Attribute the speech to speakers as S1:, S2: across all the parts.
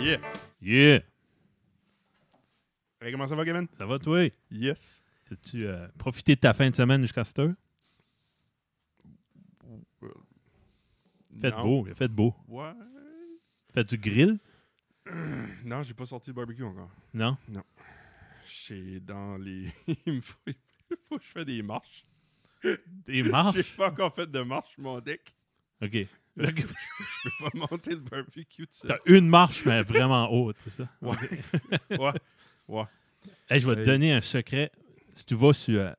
S1: Yeah.
S2: Yeah!
S1: Hey, comment ça va, Kevin?
S2: Ça va, toi?
S1: Yes.
S2: As-tu euh, profité de ta fin de semaine jusqu'à cette heure? Fait
S1: Non.
S2: beau, il a fait beau.
S1: Ouais.
S2: Fait du grill?
S1: Non, j'ai pas sorti le barbecue encore.
S2: Non?
S1: J'ai dans les. Il me faut, il faut que je fasse des marches. J'ai
S2: Des marches?
S1: pas encore fait de marche, mon deck.
S2: OK.
S1: Je peux pas monter le barbecue tout
S2: T'as
S1: seul.
S2: une marche, mais vraiment haute, c'est ça?
S1: Ouais. ouais.
S2: Hey, je vais te
S1: Hey.
S2: donner un secret. Si tu vas sur euh,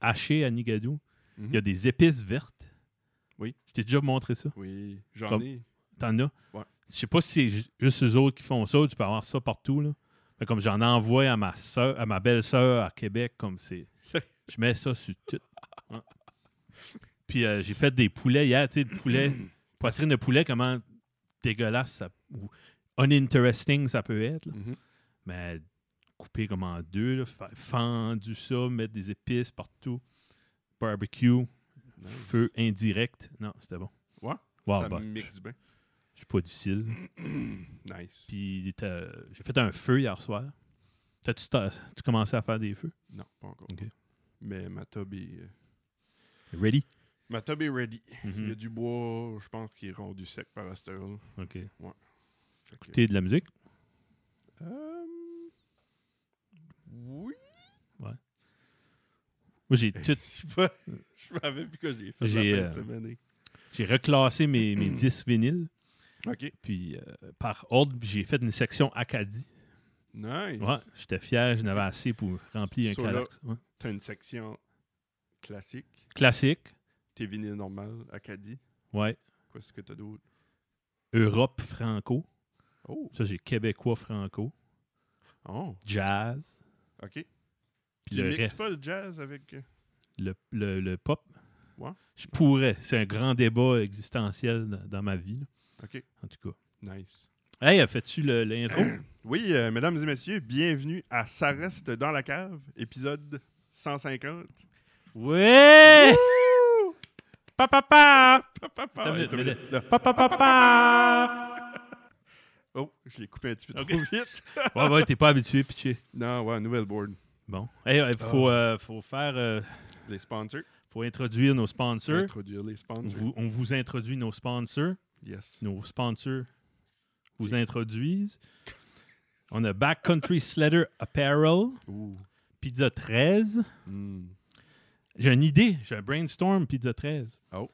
S2: Haché à Nigadou, il y a des épices vertes.
S1: Mhm. Oui.
S2: Je t'ai déjà montré ça.
S1: Oui, j'en
S2: Comme-
S1: ai.
S2: T'en as?
S1: Ouais.
S2: Je sais pas si c'est ju- juste eux autres qui font ça, tu peux avoir ça partout. Là. Fait comme j'en envoie à ma soeur, à ma belle-sœur à Québec, comme c'est.
S1: C'est-
S2: Je mets ça sur tout. Ouais. Puis euh, j'ai fait des poulets hier, tu sais, le poulet, poitrine de poulet, comment dégueulasse ça, ou uninteresting ça peut être. là.
S1: Mhm.
S2: Mais coupé comme en deux, là, fa- fendu ça, mettre des épices partout, barbecue,
S1: Nice.
S2: feu indirect. Non, c'était bon.
S1: Ouais,
S2: Wow,
S1: ça
S2: bah,
S1: mixe bien.
S2: je suis pas difficile.
S1: nice.
S2: Puis t'as- j'ai fait un feu hier soir. T'as-tu t'as- tu commencé à faire des feux?
S1: Non, pas encore.
S2: Ok.
S1: Mais ma tub est, euh,
S2: Ready?
S1: ma tub est ready.
S2: Mm.
S1: Il y a
S2: Mm-hmm.
S1: du bois, je pense, qui est rendu sec par la cette heure-là.
S2: OK.
S1: Fait que-
S2: T'es de la musique?
S1: Euh, Oui.
S2: Moi, j'ai tout-
S1: Je vois- Eh, je m'avais vu que j'ai fait
S2: J'ai,
S1: la
S2: euh,
S1: fin de semaine.
S2: j'ai reclassé mes, mes 10 vinyles.
S1: OK.
S2: Puis euh, par ordre, j'ai fait une section Acadie.
S1: Nice.
S2: Ouais, j'étais fier, j'en avais assez pour remplir un
S1: So là-
S2: Calax. Ouais.
S1: T'as une section classique,
S2: Classique,
S1: tes vinyles normales, Acadie.
S2: ouais.
S1: Quoi est-ce que t'as d'autre?
S2: Europe franco.
S1: Oh.
S2: Ça, j'ai Québécois franco.
S1: Oh.
S2: Jazz.
S1: OK.
S2: Puis
S1: tu
S2: le
S1: mixes
S2: reste,
S1: pas le jazz avec... euh,
S2: le, le- le pop.
S1: Ouais.
S2: Je pourrais. C'est un grand débat existentiel dans, dans ma vie, là,
S1: OK.
S2: en tout cas.
S1: Nice.
S2: Hey, fais-tu le- l'intro?
S1: Oui, euh, mesdames et messieurs, bienvenue à Ça reste dans la cave, épisode 150.
S2: ouais! Papa, papa!
S1: Papa,
S2: Attends une
S1: papa,
S2: minute,
S1: attends une minute.
S2: Papa, papa!
S1: Oh, je l'ai coupé un petit peu
S2: Ok.
S1: trop vite.
S2: Ouais, ouais, t'es pas habitué, pitché.
S1: non, ouais, nouvelle board.
S2: Bon. Hey,
S1: Ah.
S2: il faut, euh, faut faire. euh,
S1: Les sponsors.
S2: faut introduire nos sponsors.
S1: Introduire les
S2: On
S1: sponsors.
S2: vous, on vous introduit nos sponsors.
S1: Yes.
S2: Nos sponsors vous introduisent. On a Backcountry Sledder Apparel,
S1: Ouh.
S2: Pizza 13.
S1: Mm.
S2: J'ai une idée, j'ai un brainstorm Pizza 13.
S1: Oh.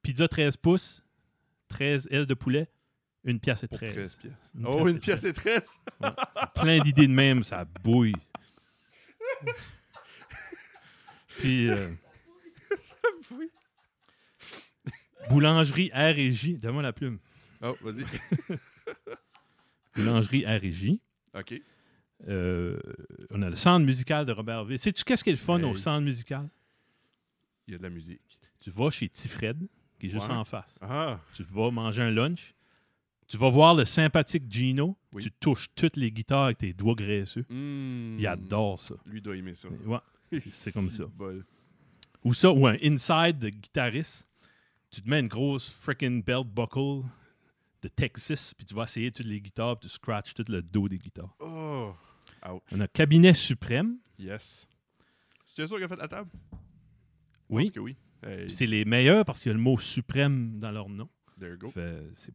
S2: Pizza 13 pouces, 13 ailes de poulet, une pièce et
S1: Pour
S2: 13.
S1: 13 pièces.
S2: Une
S1: oh,
S2: pièce
S1: une
S2: et
S1: pièce et 13.
S2: plein d'idées de même, ça bouille. Puis. euh,
S1: bouille.
S2: Boulangerie R et J. Donne-moi la plume.
S1: Oh, vas-y.
S2: Boulangerie R et J.
S1: OK.
S2: Euh, on a le centre musical de Robertville. Sais-tu qu'est-ce qui est le fun
S1: Hey.
S2: au centre musical?
S1: Il y a de la musique.
S2: Tu vas chez Tifred, qui est juste
S1: Ouais.
S2: en face.
S1: Ah,
S2: Tu vas manger un lunch. Tu vas voir le sympathique Gino.
S1: Oui.
S2: Tu touches toutes les guitares avec tes doigts graisseux.
S1: Mm.
S2: Il adore ça.
S1: Lui doit aimer ça.
S2: Ouais. c'est comme ça.
S1: Bol.
S2: Ou ça, ou un inside de guitariste. Tu te mets une grosse freaking belt buckle de Texas, puis tu vas essayer toutes les guitares, puis tu scratches tout le dos des guitares.
S1: Oh, ouch.
S2: On a Cabinet Suprême.
S1: Yes. Tu es sûr qu'il a fait la table? Je
S2: Oui.
S1: pense que oui. Hey,
S2: Puis C'est les meilleurs parce qu'il y a le mot suprême dans leur nom.
S1: there you go.
S2: Fait, C'est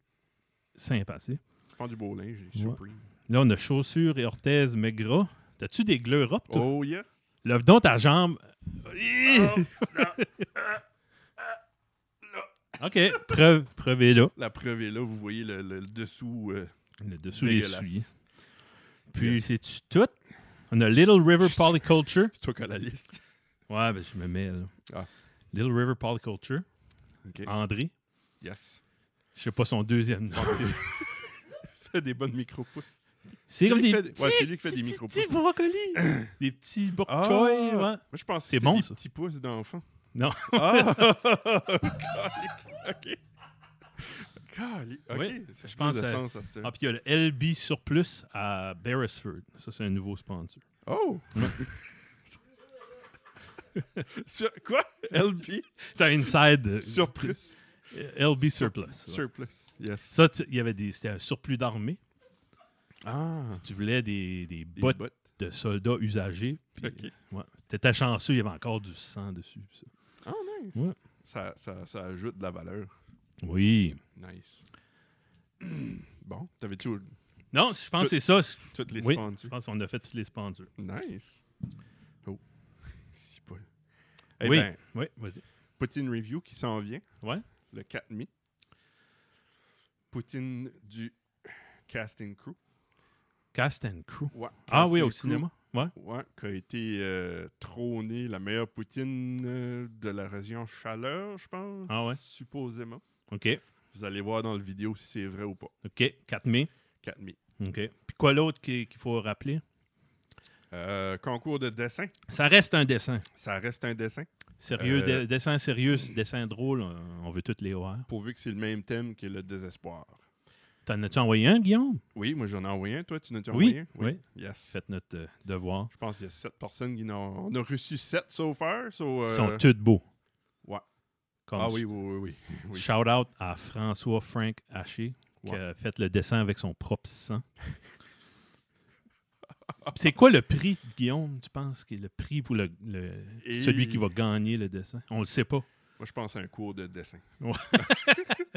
S2: sympathique.
S1: Je prends du beau linge.
S2: Ouais.
S1: j'ai Supreme.
S2: Là, on a chaussures et orthèses maigras. T'as-tu des gleuropes, toi?
S1: Oh, yes. Oh,
S2: Lève donc ta jambe. Euh, OK, preuve, preuve est là.
S1: La preuve est là. Vous voyez le, le- le dessous. euh,
S2: Le dessous des
S1: dégueulasse.
S2: suies. Puis,
S1: Yes.
S2: c'est-tu tout? On a Little River Polyculture.
S1: C'est toi qui as la liste.
S2: Ouais, ben je me mets là.
S1: Ah.
S2: Little River Polyculture.
S1: OK.
S2: André.
S1: Yes.
S2: Je sais pas son deuxième nom.
S1: Fait des bonnes micro-pouces.
S2: C'est comme
S1: lui
S2: des
S1: qui fait des- ouais, c'est lui qui fait des
S2: petits,
S1: micro-pouces.
S2: petits brocolis. des petits bok
S1: Ah!
S2: choy. ouais.
S1: Moi, je pense que
S2: C'est
S1: c'était
S2: bon,
S1: des
S2: ça.
S1: petits pouces d'enfant.
S2: Non.
S1: Ah! OK. Calique. OK.
S2: Oui,
S1: Ça fait
S2: je pense
S1: plus de
S2: à-
S1: sens, à cette-
S2: Ah, puis il y a le LB Surplus à Beresford. Ça, c'est un nouveau sponsor.
S1: Oh! Sur... Quoi? LP?
S2: C'est un inside. euh,
S1: Surplus.
S2: euh, LB Surplus. ouais.
S1: Surplus. Yes.
S2: Ça, tu- il y avait des. C'était un surplus d'armée.
S1: Ah.
S2: Si tu voulais des, des bottes de soldats usagés, puis,
S1: Ok.
S2: ouais, t'étais chanceux, il y avait encore du sang dessus. ça.
S1: Ah, nice.
S2: Ouais.
S1: Ça, ça, ça ajoute de la valeur.
S2: Oui.
S1: Nice. bon, t'avais-tu
S2: Non, je pense que
S1: Tout-
S2: c'est ça. Je
S1: toutes les
S2: Oui.
S1: sponsors?
S2: pense qu'on a fait toutes les sponsors.
S1: Nice. Oh. Si pas. Eh
S2: oui,
S1: ben,
S2: oui, vas-y.
S1: Poutine Review qui s'en vient.
S2: Ouais.
S1: Le 4 mai. Poutine du casting crew.
S2: Cast and Crew.
S1: Ouais,
S2: Ah
S1: Casting
S2: oui, au
S1: Crew.
S2: cinéma. Ouais.
S1: Ouais, qui a été euh, trôné la meilleure poutine euh, de la région Chaleur, je pense.
S2: Ah ouais?
S1: Supposément.
S2: OK.
S1: Vous allez voir dans le vidéo si c'est vrai ou pas.
S2: OK. 4 mai.
S1: 4 mai.
S2: OK. Puis quoi l'autre qui- qu'il faut rappeler?
S1: Euh, concours de dessin.
S2: Ça reste un dessin.
S1: Ça reste un dessin.
S2: Sérieux,
S1: Euh,
S2: de- dessin sérieux, dessin drôle, on on veut toutes les voir.
S1: Pourvu que c'est le même thème que le désespoir.
S2: T'en as-tu envoyé un, Guillaume?
S1: Oui, moi j'en ai envoyé un. Toi, tu n'as envoyé un?
S2: Oui, oui.
S1: Yes.
S2: Faites notre euh, devoir.
S1: Je pense qu'il y a 7 personnes qui n'ont. On a reçu 7 so far. so,
S2: Ils
S1: euh,
S2: sont tous beaux.
S1: ouais.
S2: Comme
S1: Ah oui, oui, oui. oui. oui.
S2: Shout out à François Frank Haché qui
S1: Ouais.
S2: a fait le dessin avec son propre sang. Puis C'est quoi le prix, Guillaume, tu penses, qui est le prix pour le, le-
S1: Et-
S2: celui qui va gagner le dessin? On le sait pas.
S1: Moi, je pense à un cours de dessin.
S2: Ouais.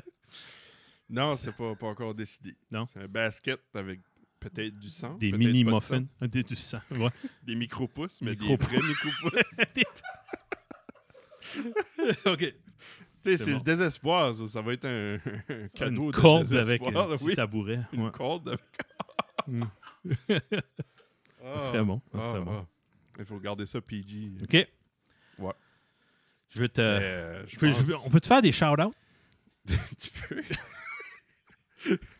S1: non, c'est pas, pas encore décidé.
S2: Non.
S1: C'est un basket avec peut-être du sang.
S2: Des
S1: peut-être pas de
S2: mini-muffins. Des- du sang. ouais.
S1: sang. Des micro-pousses, mais
S2: Micro-pouces.
S1: des vrais micro-pousses.
S2: OK.
S1: Tu sais,
S2: C'est
S1: c'est le
S2: bon.
S1: désespoir, ça. Ça va être un, un cadeau
S2: Une
S1: de
S2: corde avec euh,
S1: désespoir.
S2: un petit
S1: oui.
S2: tabouret.
S1: Une
S2: Ouais.
S1: corde avec...
S2: Mm.
S1: Ah,
S2: Ça serait bon. ça
S1: ah,
S2: serait bon. Euh,
S1: ah. Il faut garder ça PG.
S2: OK.
S1: Ouais.
S2: Je veux te.
S1: Euh, je
S2: je veux- je
S1: pense-
S2: veux- on peut te faire des shout-outs?
S1: Tu peux.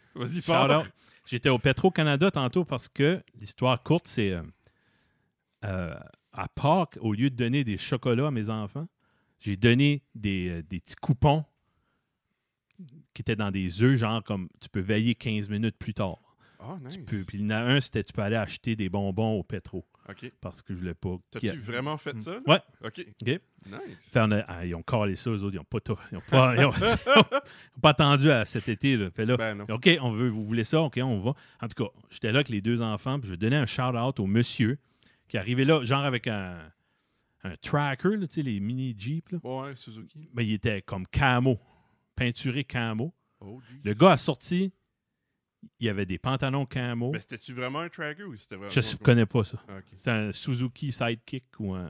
S1: Vas-y,
S2: Shout
S1: parle.
S2: out. J'étais au Petro-Canada tantôt parce que l'histoire courte, c'est euh, euh, à Pâques, au lieu de donner des chocolats à mes enfants, j'ai donné des, euh, des petits coupons qui étaient dans des œufs, genre comme tu peux veiller 15 minutes plus tard.
S1: Ah, nice.
S2: Tu peux- puis il y en a un, c'était tu peux aller acheter des bonbons au Petro
S1: OK.
S2: parce que je voulais pas.
S1: T'as-tu
S2: qu'il y a-
S1: vraiment fait ça? là?
S2: Ouais.
S1: OK.
S2: Mm. OK.
S1: Nice.
S2: Fait, on a- ah, ils ont collé ça, eux autres. Ils n'ont pas, tout- ils ont pas, ils ont- ils ont pas attendu à cet été. Là. Fait là,
S1: Ben non.
S2: OK, on veut, vous voulez ça, OK, on va. En tout cas, j'étais là avec les deux enfants, puis je donnais un shout-out au monsieur qui arrivait là, genre avec un, un tracker, là, tu sais, les mini Jeep. Là.
S1: Ouais, hein, Suzuki.
S2: Mais il était comme camo, peinturé camo.
S1: Oh, gee.
S2: Le gars a sorti, il avait des pantalons camo.
S1: Mais Ben, c'était-tu vraiment un tracker ou c'était vraiment.
S2: Je ne connais pas ça.
S1: Ah, Ok.
S2: C'est un Suzuki Sidekick ou un,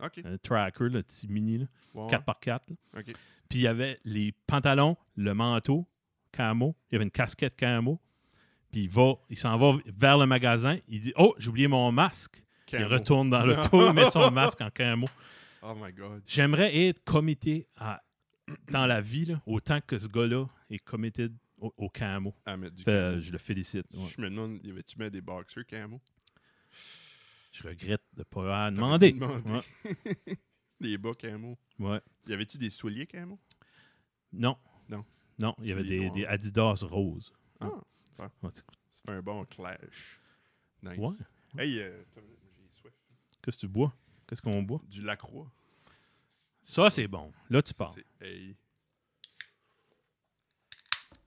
S1: Ok.
S2: un tracker, le petit mini, là,
S1: Ouais.
S2: 4x4. là.
S1: Ok.
S2: Puis il y avait les pantalons, le manteau, camo. Il y avait une casquette camo. Puis il va, il s'en va vers le magasin. Il dit Oh, j'ai oublié mon masque. Il
S1: Camo.
S2: retourne dans le tour, met son masque en camo.
S1: Oh my god.
S2: J'aimerais être committé à, dans la vie, là, autant que ce gars-là est committed au, au camo.
S1: Ah, mais du
S2: Fait,
S1: camo.
S2: euh, je le félicite. ouais.
S1: Je me demande, y avait-tu mis des boxers camo?
S2: Je regrette de ne pas avoir
S1: T'aurais
S2: demandé.
S1: dû demander. des bas camo.
S2: Ouais, ouais.
S1: Y avait-tu des souliers camo?
S2: Non.
S1: Non.
S2: Non, il y avait
S1: Souliers
S2: des,
S1: noirs.
S2: des Adidas roses.
S1: Ah,
S2: En tout cas,
S1: c'est un bon clash. Nice.
S2: Ouais.
S1: Hey, euh, attends une minute, j'ai soif.
S2: Qu'est-ce que tu bois Qu'est-ce qu'on boit
S1: Du Lacroix.
S2: Ça, c'est bon. Là, tu parles.
S1: C'est- Hey.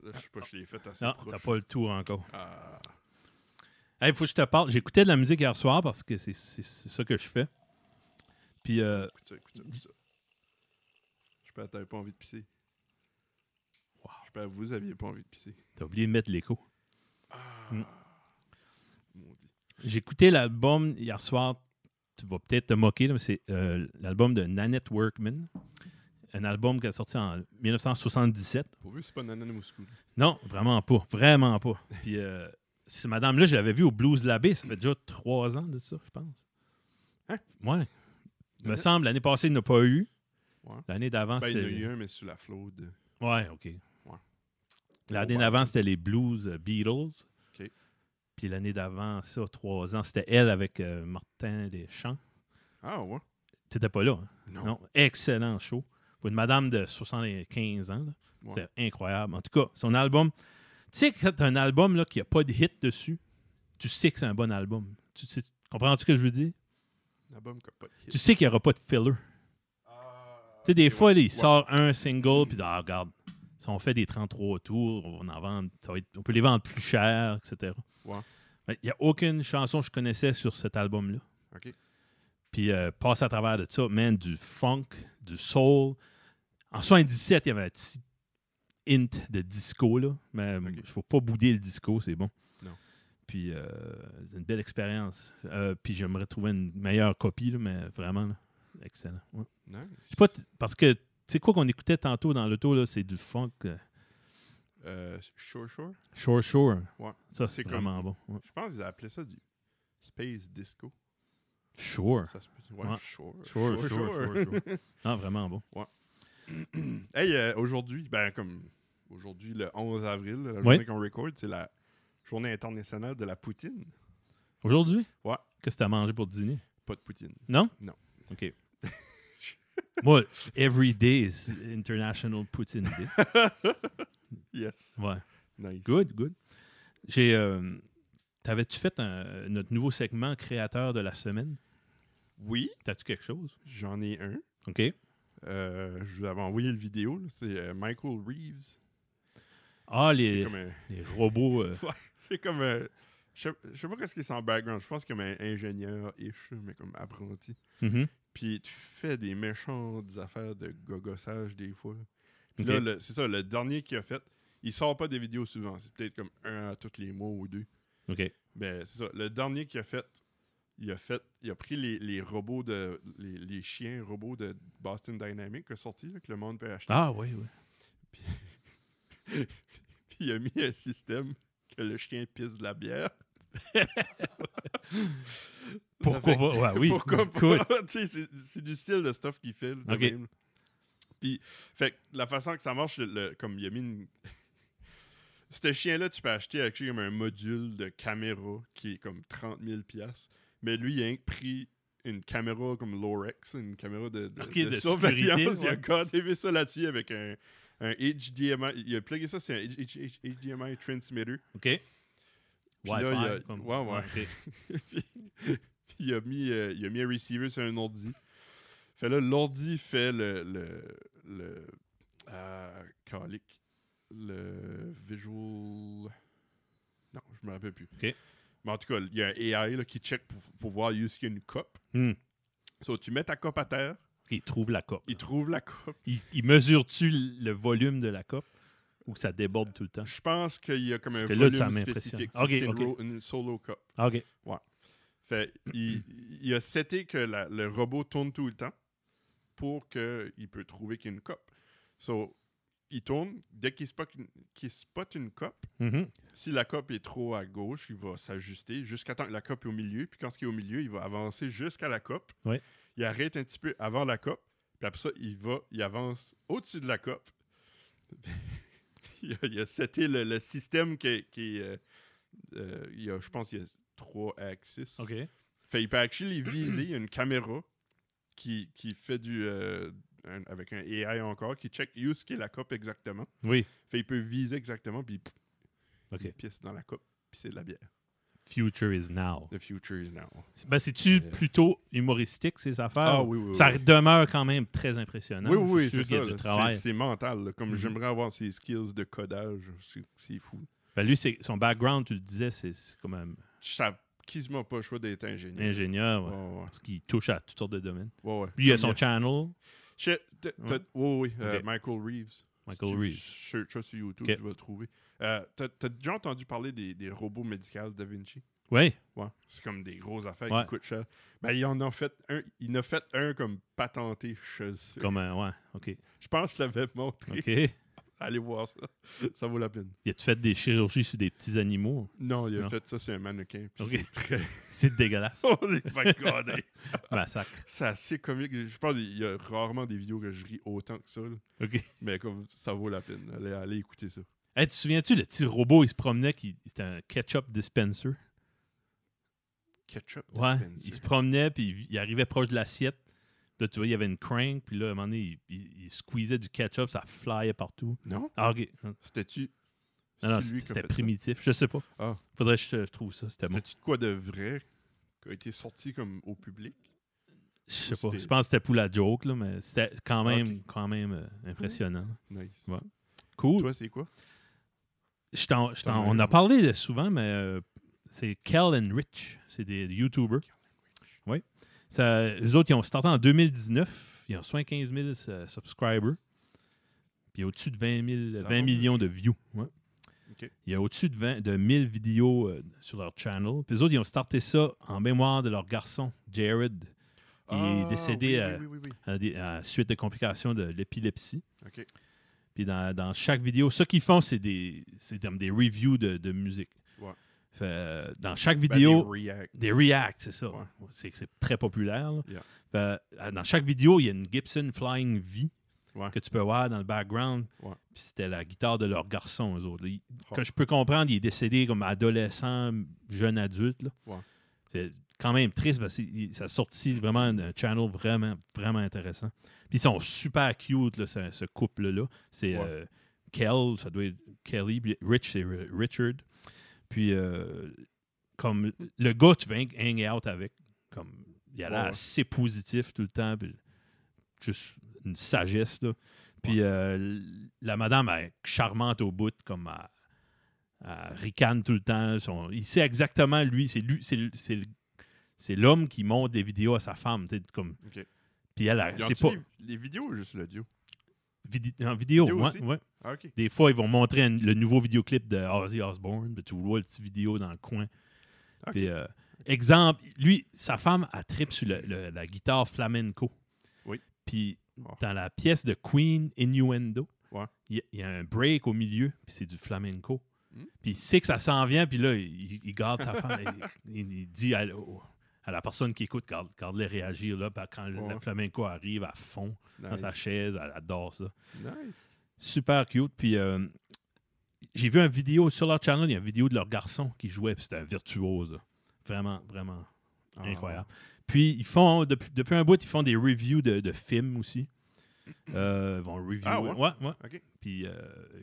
S1: Là, je sais pas, je l'ai fait assez
S2: Non,
S1: proche.
S2: t'as pas le tour encore.
S1: Ah,
S2: Il faut que je te parle. J'écoutais de la musique hier soir parce que c'est c'est- c'est ça que je fais. Puis, euh,
S1: écoute ça, écoute ça, écoute ça. Je peux t'avais pas envie de pisser.
S2: Wow.
S1: Je peux vous aviez pas envie de pisser.
S2: t'as oublié de mettre l'écho.
S1: Ah.
S2: Mm.
S1: Maudit.
S2: J'écoutais l'album hier soir. Tu vas peut-être te moquer, là, mais c'est euh, l'album de Nanette Workman. Un album qui a sorti en 1977.
S1: Pourvu, c'est pas Nanana Moscou.
S2: Non, vraiment pas. Vraiment pas. Puis, euh, cette madame-là, je l'avais vue au Blues de l'Abbé. Ça fait déjà trois ans de ça, je pense.
S1: Hein?
S2: Ouais.
S1: Nanette-
S2: me semble, l'année passée, il n'y en a pas eu.
S1: Ouais.
S2: L'année d'avant,
S1: Ben, il y en a
S2: c'était.
S1: eu un, mais sous la flaude.
S2: Ouais, OK. L'année
S1: Oh, wow.
S2: d'avant, c'était les Blues euh, Beatles.
S1: OK.
S2: Puis l'année d'avant, ça, trois ans, c'était elle avec euh, Martin Deschamps.
S1: Ah, ouais?
S2: T'étais pas là, hein?
S1: Non.
S2: Excellent show. Pour une madame de 75 ans, là.
S1: Ouais.
S2: c'était incroyable. En tout cas, son album... Tu sais que t'as un album là, qui a pas de hit dessus, tu sais que c'est un bon album. Tu, sais- comprends-tu ce que je veux dire?
S1: L'album qui a pas de hit.
S2: Tu sais qu'il n'y aura pas de filler.
S1: Ah,
S2: Tu sais, des
S1: ok,
S2: fois,
S1: ouais.
S2: là, il
S1: Ouais.
S2: sort un single, puis ah, regarde, si on fait des 33 tours, on en vend, ça va être- on peut les vendre plus cher, etc.
S1: Ouais.
S2: Il n'y a aucune chanson que je connaissais sur cet album-là.
S1: OK.
S2: Puis euh, passe à travers de ça, man, du funk, du soul. En 77, il y avait un petit hint de disco, là. Mais euh, il
S1: Ok.
S2: faut pas bouder le disco, c'est bon.
S1: Non.
S2: Puis euh, c'est une belle expérience. Euh, puis j'aimerais trouver une meilleure copie, là, mais vraiment, là, excellent. ouais.
S1: Nice.
S2: Je sais pas, t- parce que, tu sais quoi qu'on écoutait tantôt dans l'auto, là, c'est du funk. euh,
S1: Euh, sure, sure.
S2: Shore Shore.
S1: Ouais.
S2: Ça,
S1: C'est
S2: c'est vraiment bon. ouais.
S1: Je pense qu'ils appelaient ça du space disco.
S2: Sure.
S1: Ça se peut. Ouais,
S2: Ouais.
S1: sure.
S2: Sure, sure, sure, Ah, vraiment bon.
S1: hey, euh, aujourd'hui, ben, comme aujourd'hui, le 11 avril, la
S2: Ouais.
S1: journée qu'on record, c'est la journée internationale de la poutine.
S2: Aujourd'hui?
S1: Ouais.
S2: Qu'est-ce que t'as mangé pour dîner?
S1: Pas de poutine.
S2: Non?
S1: Non.
S2: OK. Moi, every day is International Poutine Day.
S1: Yes.
S2: Ouais.
S1: Nice.
S2: Good, good. J'ai. euh, T'avais-tu fait un- notre nouveau segment créateur de la semaine?
S1: Oui,
S2: T'as-tu quelque chose?
S1: j'en ai un.
S2: OK.
S1: Euh, je vous avais envoyé le vidéo. là. C'est euh, Michael Reeves.
S2: Ah,
S1: C'est
S2: les,
S1: comme un.
S2: les robots. euh,
S1: C'est comme un- Je sais- je sais pas qu'est-ce qui est son background. Je pense comme un ingénieur-ish, mais comme apprenti.
S2: mhm.
S1: Puis tu fais des méchantes affaires de gogossage des fois. là. Puis
S2: OK.
S1: là, le- c'est ça, le dernier qu'il a fait, il sort pas des vidéos souvent. C'est peut-être comme un à tous les mois ou deux.
S2: OK.
S1: Ben, c'est ça. Le dernier qu'il a fait, il a fait, il a pris les, les robots de, les, les chiens robots de Boston Dynamics qui a sorti, là, que le monde peut acheter.
S2: Ah, oui, oui.
S1: Puis il a mis un système que le chien pisse de la bière.
S2: Pourquoi
S1: Ça fait-
S2: pas? Ouais, Bah oui.
S1: Pourquoi
S2: Good.
S1: pas? Tu sais, c'est, c'est du style de stuff qu'il fait. de
S2: Ok.
S1: même. Puis, fait que la façon que ça marche, le- le- comme il a mis une. Ce chien-là, tu peux acheter avec comme un module de caméra qui est comme 30 000 pièces Mais lui, il a rien que pris une caméra comme l'Orex, une caméra de, de,
S2: Ok,
S1: de
S2: de sécurité,
S1: surveillance. Il a
S2: ouais.
S1: gardé ça là-dessus avec un, un HDMI. Il a plugué ça sur un H- H- HDMI transmitter.
S2: OK.
S1: Puis là, il y a-
S2: Wi-Fi, comme-
S1: ouais, ouais.
S2: OK.
S1: Puis- puis il a, mis, euh, il a mis un receiver sur un ordi. Fait là, l'ordi fait le. le, le ah, calique. Le visual. Non, je me rappelle plus.
S2: Ok.
S1: Mais en tout cas, il y a un AI là, qui check pour, pour voir est-ce qu'il y a une coupe.
S2: Hmm.
S1: So, tu mets ta coupe à terre,
S2: Il trouve la coupe.
S1: il trouve la coupe.
S2: Il, il mesure-tu le volume de la coupe ou que ça déborde tout le temps?
S1: Je pense qu'il y a comme
S2: Parce
S1: un
S2: que là, ça
S1: volume
S2: m'impressionne.
S1: spécifique.
S2: Ok,
S1: c'est
S2: ok.
S1: une, ro- une solo cup.
S2: Ah, OK.
S1: Fait, il, il a seté que la- le robot tourne tout le temps pour qu'il peut trouver qu'il y a une coupe. So, il tourne. Dès qu'il spot, une- qu'il spot une coupe,
S2: Mhm.
S1: si la coupe est trop à gauche, il va s'ajuster jusqu'à temps que la coupe est au milieu. Puis quand il est au milieu, il va avancer jusqu'à la coupe.
S2: Ouais.
S1: Il arrête un petit peu avant la coupe. Puis après ça, il va, il avance au-dessus de la coupe. il, a, il a seté le, le système qui, est- qui est, euh, euh, il y a, je pense, il y a trois axes.
S2: OK.
S1: Fait il peut actually viser, il y a une caméra qui, qui fait du. euh, un- avec un AI encore, qui check où ce qu'est la coupe exactement.
S2: Oui.
S1: Fait il peut viser exactement, puis pff,
S2: OK.
S1: il pisse dans la coupe, puis c'est de la bière.
S2: Future is now.
S1: The future is now.
S2: Ben, c'est-tu
S1: Euh.
S2: plutôt humoristique, ces affaires?
S1: Ah, oui, oui.
S2: Ça demeure quand même très impressionnant.
S1: oui, oui, oui,
S2: Je suis
S1: c'est
S2: sûr
S1: ça.
S2: qu'il y a
S1: là.
S2: du
S1: C'est-
S2: travail.
S1: C'est mental. là. Comme
S2: Mhm.
S1: j'aimerais avoir ces skills de codage, c'est- c'est fou.
S2: Ben, lui, c'est- son background, tu le disais, c'est c'est comme un
S1: Je savais quasiment pas le choix d'être ingénieur.
S2: ingénieur
S1: Ouais,
S2: ouais,
S1: ouais,
S2: parce qu'il touche à toutes sortes de domaines.
S1: ouais, ouais.
S2: Lui, il a
S1: Comme
S2: son channel,
S1: Shit, t'as- t'as- oui, oui, euh,
S2: Ok.
S1: Michael Reeves.
S2: Michael
S1: Si tu
S2: Reeves.
S1: cherches ça sur YouTube,
S2: Ok.
S1: tu vas le trouver. Euh, T'as t'as déjà entendu parler des, des robots médicaux Da Vinci?
S2: Oui,
S1: Ouais. C'est comme des grosses affaires
S2: Ouais.
S1: qui coûtent cher. Ben, il en a fait un. Il en a fait un comme patenté, je sais.
S2: comme un. Ouais, OK.
S1: Je pense que je l'avais montré.
S2: OK. Il
S1: Allez voir ça. Ça vaut la peine.
S2: a-tu fait des chirurgies sur des petits animaux?
S1: Non, il a
S2: Non.
S1: fait ça sur un mannequin. puis
S2: Ok.
S1: C'est très.
S2: C'est dégueulasse.
S1: Holy my god! hey.
S2: Massacre.
S1: C'est assez comique. Je pense qu'il y a rarement des vidéos que je ris autant que ça. là.
S2: OK.
S1: Mais comme ça vaut la peine. Allez, allez écouter ça.
S2: Hey, tu te souviens-tu, le petit robot, il se promenait, qui c'était un ketchup dispenser.
S1: Ketchup.
S2: Ouais,
S1: dispenser.
S2: il se promenait, puis il- il arrivait proche de l'assiette. Là, tu vois, il y avait une crank, puis là, à un moment donné, il, il- il squeezait du ketchup, ça flyait partout.
S1: Non?
S2: Ah, ok. Non,
S1: C'était-tu. c'est-tu
S2: non,
S1: lui
S2: c'était
S1: qui a
S2: c'était
S1: fait ça?
S2: primitif. Je sais pas.
S1: Ah.
S2: Faudrait que je te- je trouve ça. C'était bon.
S1: C'était-tu de quoi de vrai qui a été sorti comme au public?
S2: Je sais pas.
S1: c'était-
S2: Je pense que c'était pour la joke, là, mais c'était quand
S1: Ah,
S2: même, quand même euh, impressionnant.
S1: Nice.
S2: Cool.
S1: Toi, c'est quoi?
S2: Je t'en- je t'en-
S1: T'en as
S2: on
S1: un,
S2: a
S1: ouais.
S2: parlé de souvent, mais euh, c'est Kel and Rich. C'est des, des YouTubers. Oui. Ça, eux autres, ils ont starté en 2019. Ils ont 75 000 euh, subscribers. Puis au-dessus de 20, 000,
S1: Ça
S2: 20
S1: va,
S2: millions de views. Ouais.
S1: Ok.
S2: Il y a au-dessus de, 20 de 1000 vidéos euh, sur leur channel. Puis eux autres, ils ont starté ça en mémoire de leur garçon, Jared, qui
S1: Ah,
S2: est décédé
S1: oui,
S2: à-
S1: oui, oui, oui, oui.
S2: à, des- à suite de complications de l'épilepsie.
S1: Ok.
S2: Puis dans, dans chaque vidéo, ce qu'ils font, c'est des, c'est comme des reviews de, de musique.
S1: Ouais.
S2: Fait, euh, dans chaque
S1: Ben,
S2: vidéo,
S1: des react.
S2: des reacts, c'est ça.
S1: Ouais.
S2: C'est c'est très populaire. là.
S1: Yeah.
S2: Fait, euh, dans chaque vidéo, il y a une Gibson Flying V
S1: Ouais.
S2: que tu peux voir dans le background.
S1: Ouais.
S2: Puis c'était la guitare de leur garçon, eux autres. Il-
S1: Oh.
S2: Que je peux comprendre, il est décédé comme adolescent, jeune adulte. là.
S1: Ouais.
S2: C'est quand même triste parce que il- ça a sorti vraiment un channel vraiment, vraiment intéressant. Puis ils sont super cute, là, ce, ce couple-là. C'est
S1: Ouais.
S2: euh, Kel, ça doit être Kelly, puis Rich, c'est euh, Richard. Puis euh, comme le gars, tu veux hang- hang out avec. Comme, il a l'air
S1: Ouais, ouais.
S2: assez positif tout le temps. Puis, juste une sagesse. Là. Puis euh, l- la madame elle est charmante au bout, comme elle, elle ricane tout le temps. Son- il sait exactement lui. C'est lui, c'est le- c'est le- c'est l'homme qui montre des vidéos à sa femme. tu sais, Comme,
S1: Ok.
S2: Puis elle, elle-
S1: Ils ont-tu
S2: c'est pas.
S1: les, les vidéos ou juste l'audio?
S2: vidi- en vidéo,
S1: vidéos
S2: ouais,
S1: aussi?
S2: ouais.
S1: Ah, ok.
S2: Des fois, ils vont montrer un- le nouveau vidéoclip de Ozzy Osbourne. puis tu vois le petit vidéo dans le coin.
S1: Ok.
S2: Puis, euh, exemple, lui, sa femme a trip sur le- le- la guitare flamenco.
S1: Oui.
S2: Puis
S1: Oh.
S2: dans la pièce de Queen Innuendo,
S1: Ouais.
S2: il y, a- il y a un break au milieu, puis c'est du flamenco.
S1: Hmm.
S2: Puis il sait que ça s'en vient, puis là, il, il garde sa femme. il, il- il dit à, au- à la personne qui écoute, garde, garde-les réagir. Là, Puis quand le- le
S1: Ouais.
S2: flamenco arrive à fond dans sa
S1: Ah, Nice.
S2: chaise, elle adore ça
S1: Nice.
S2: super cute. Puis euh, j'ai vu une vidéo sur leur channel, il y a une vidéo de leur garçon qui jouait, puis c'était un virtuose. là. Vraiment, vraiment
S1: Ah.
S2: incroyable. Puis ils font, depuis, depuis un bout, ils font des reviews de, de films aussi. Euh, ils vont review.
S1: Ah ouais?
S2: ouais.
S1: Ok.
S2: Puis euh,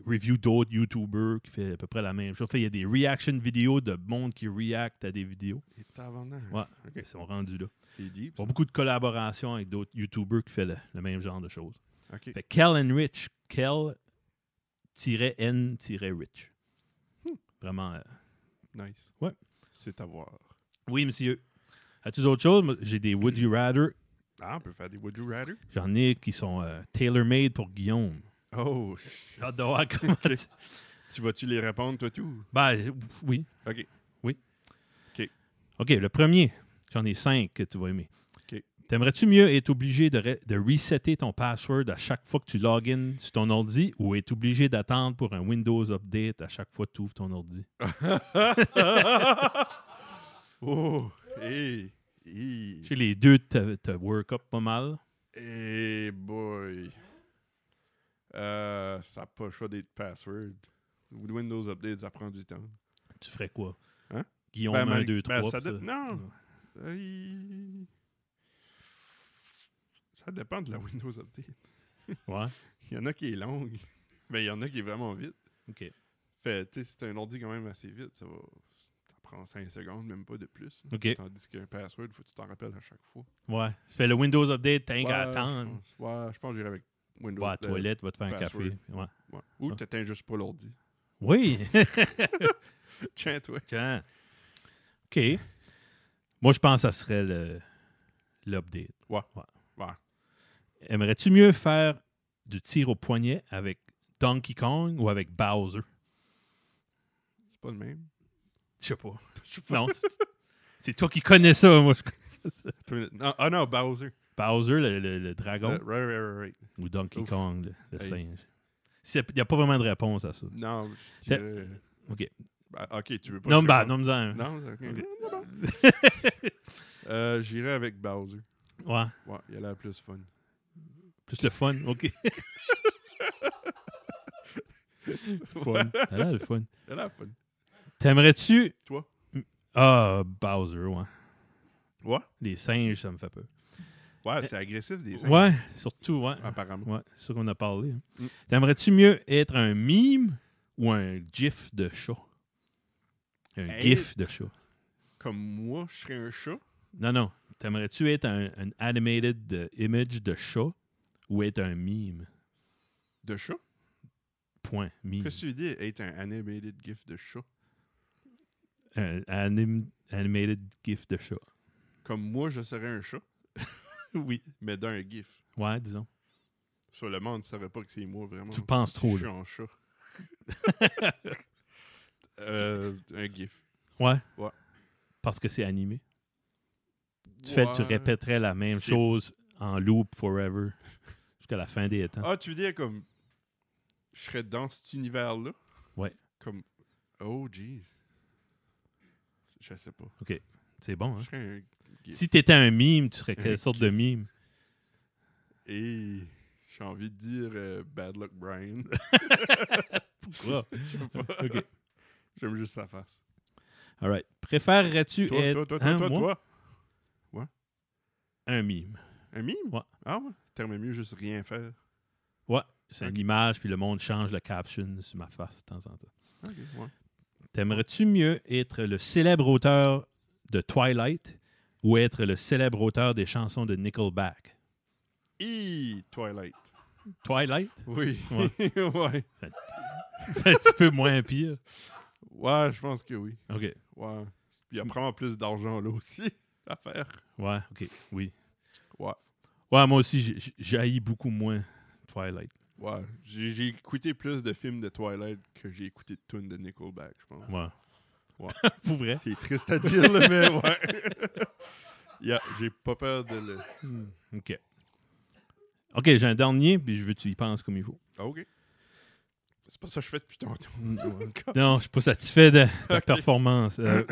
S2: review d'autres YouTubers qui fait à peu près la même chose. Fait, il y a des reaction vidéos de monde qui react à des vidéos.
S1: Et tabarnak.
S2: Ouais.
S1: Ok.
S2: Ils sont rendus là.
S1: C'est deep.
S2: Ils font beaucoup de collaborations avec d'autres YouTubers qui font le- le même genre de choses.
S1: ça. Ok.
S2: Fait Kel and Rich. Kel-N-Rich. Vraiment. euh,
S1: Nice.
S2: Ouais.
S1: C'est à voir.
S2: Oui, monsieur. As-tu d'autres choses? Moi, J'ai des Would You Rather.
S1: Ah, on peut faire des Would You Rather?
S2: J'en ai qui sont euh, tailor-made pour Guillaume.
S1: Oh,
S2: J'ai hâte de voir comment tu-
S1: tu vas-tu les répondre, toi, tout?
S2: Ben, euh, oui.
S1: Ok.
S2: Oui.
S1: Ok.
S2: OK, le premier. J'en ai cinq que tu vas aimer.
S1: Ok.
S2: T'aimerais-tu mieux être obligé de, re- de resetter ton password à chaque fois que tu login sur ton ordi ou être obligé d'attendre pour un Windows update à chaque fois que tu ouvres ton ordi?
S1: oh, hey, hey,
S2: Chez les deux, te, te work up pas mal.
S1: hey boy. Euh, ça n'a pas le choix d'être password. Windows Update, ça prend du temps.
S2: Tu ferais quoi?
S1: Hein?
S2: Guillaume
S1: Ben,
S2: 1,
S1: man-
S2: 2,
S1: ben,
S2: 3.
S1: ça dé- non. Hey. Ça dépend de la Windows Update.
S2: Ouais.
S1: Il y en a qui est longue, mais il y en a qui est vraiment vite.
S2: OK.
S1: Fait, tu sais, si t'as un ordi quand même assez vite, ça va. Ça prend 5 secondes, même pas de plus. là.
S2: OK.
S1: Tandis qu'un password, faut que tu t'en rappelles à chaque fois.
S2: Ouais. Tu fais le Windows update, t'as rien qu'à
S1: Ouais,
S2: attendre.
S1: je pense- Ouais, je pense que j'irai avec Windows.
S2: Va à la
S1: Update.
S2: toilette, Ah. va te faire un
S1: password.
S2: café. Ouais.
S1: Ouais. Ou t'éteins juste pas l'ordi.
S2: Oui.
S1: Tiens, toi.
S2: Tiens. OK. Moi, je pense que ça serait le- l'update.
S1: Ouais. Ouais.
S2: Aimerais-tu mieux faire du tir au poignet avec Donkey Kong ou avec Bowser?
S1: C'est pas le même.
S2: Je sais pas.
S1: Je sais pas.
S2: Non. c'est- C'est toi qui connais ça, moi.
S1: Toi, non. Ah non, Bowser.
S2: Bowser, le, le- le dragon,
S1: Le- right, right, right, right.
S2: ou Donkey
S1: Ouf.
S2: Kong, le, le
S1: Hey.
S2: singe? Il n'y a pas vraiment de réponse à ça.
S1: Non, je
S2: T'as-
S1: dirais-
S2: OK.
S1: Bah, ok, tu veux pas.
S2: Non,
S1: que je
S2: bah,
S1: réponde?
S2: non, mais en-
S1: Non, ok. Euh, J'irai avec Bowser.
S2: Ouais,
S1: Ouais, il a l'air plus fun.
S2: plus le fun, OK. fun. Ah, là, le fun.
S1: Il a l'air fun.
S2: T'aimerais-tu...
S1: Toi?
S2: Ah, Bowser, ouais.
S1: Ouais.
S2: Les singes, ça me fait peur.
S1: Ouais, c'est agressif des singes,
S2: Euh, Ouais, surtout, ouais.
S1: Apparemment.
S2: Ouais, c'est ça qu'on a parlé. hein.
S1: Mm.
S2: T'aimerais-tu mieux être un mime ou un gif de chat? Un
S1: Hey.
S2: gif de chat.
S1: Comme moi, je serais un chat.
S2: Non, non. T'aimerais-tu être un, un animated euh, image de chat ou être un mime?
S1: De chat?
S2: Point. Mime.
S1: Qu'est-ce que tu dis? Être un animated gif de chat.
S2: un Euh, anim- animated GIF de chat.
S1: Comme moi, je serais un chat,
S2: Oui.
S1: mais d'un gif.
S2: Ouais, disons.
S1: Sur le monde, ne saurait pas que c'est moi vraiment.
S2: Tu penses
S1: Si
S2: trop,
S1: Je suis
S2: là.
S1: un chat. Euh, un gif.
S2: Ouais.
S1: Ouais.
S2: Parce que c'est animé. Tu fais, tu
S1: Ouais.
S2: répéterais la même
S1: C'est-
S2: chose en loop forever jusqu'à la fin des temps.
S1: Ah, tu veux dire comme. Je serais dans cet univers-là?
S2: Ouais.
S1: Comme. Oh, jeez. Je sais pas.
S2: C'est bon, hein?
S1: Je serais un. Yeah.
S2: Si t'étais un mime, tu serais
S1: Un
S2: quelle sorte de mime?
S1: Et. J'ai envie de dire euh, Bad Luck Brian.
S2: Pourquoi?
S1: Je sais pas.
S2: Ok.
S1: J'aime juste sa face.
S2: All right. Préférerais-tu
S1: Toi,
S2: être
S1: toi, toi,
S2: hein,
S1: toi, toi,
S2: moi,
S1: toi.
S2: un mime?
S1: Un mime?
S2: Ouais.
S1: Ah ouais? T'aimerais mieux juste rien faire.
S2: Ouais, c'est
S1: Ok.
S2: une image, puis le monde change le caption sur ma face de temps en temps.
S1: Ok, ouais.
S2: T'aimerais-tu mieux être le célèbre auteur de Twilight ou être le célèbre auteur des chansons de Nickelback?
S1: Et Twilight.
S2: Twilight?
S1: Oui.
S2: Ouais.
S1: ouais.
S2: C'est un petit peu moins pire.
S1: Ouais, je pense que oui.
S2: OK.
S1: Ouais. Puis il y a probablement plus d'argent là aussi à faire.
S2: Ouais, OK. Oui.
S1: Ouais.
S2: Ouais, moi aussi, j'ai- j'ai- j'haïs beaucoup moins Twilight.
S1: Ouais, j'ai j'ai écouté plus de films de Twilight que j'ai écouté de tunes de Nickelback, je pense.
S2: Ouais.
S1: Ouais.
S2: Pour vrai?
S1: C'est triste à dire, là, mais ouais. yeah, j'ai pas peur de le.
S2: Hmm, OK. OK, j'ai un dernier, puis je veux que tu y penses comme il faut.
S1: Ah, ok. C'est pas ça que je fais depuis tantôt.
S2: Non, je suis pas satisfait de ta performance. Euh,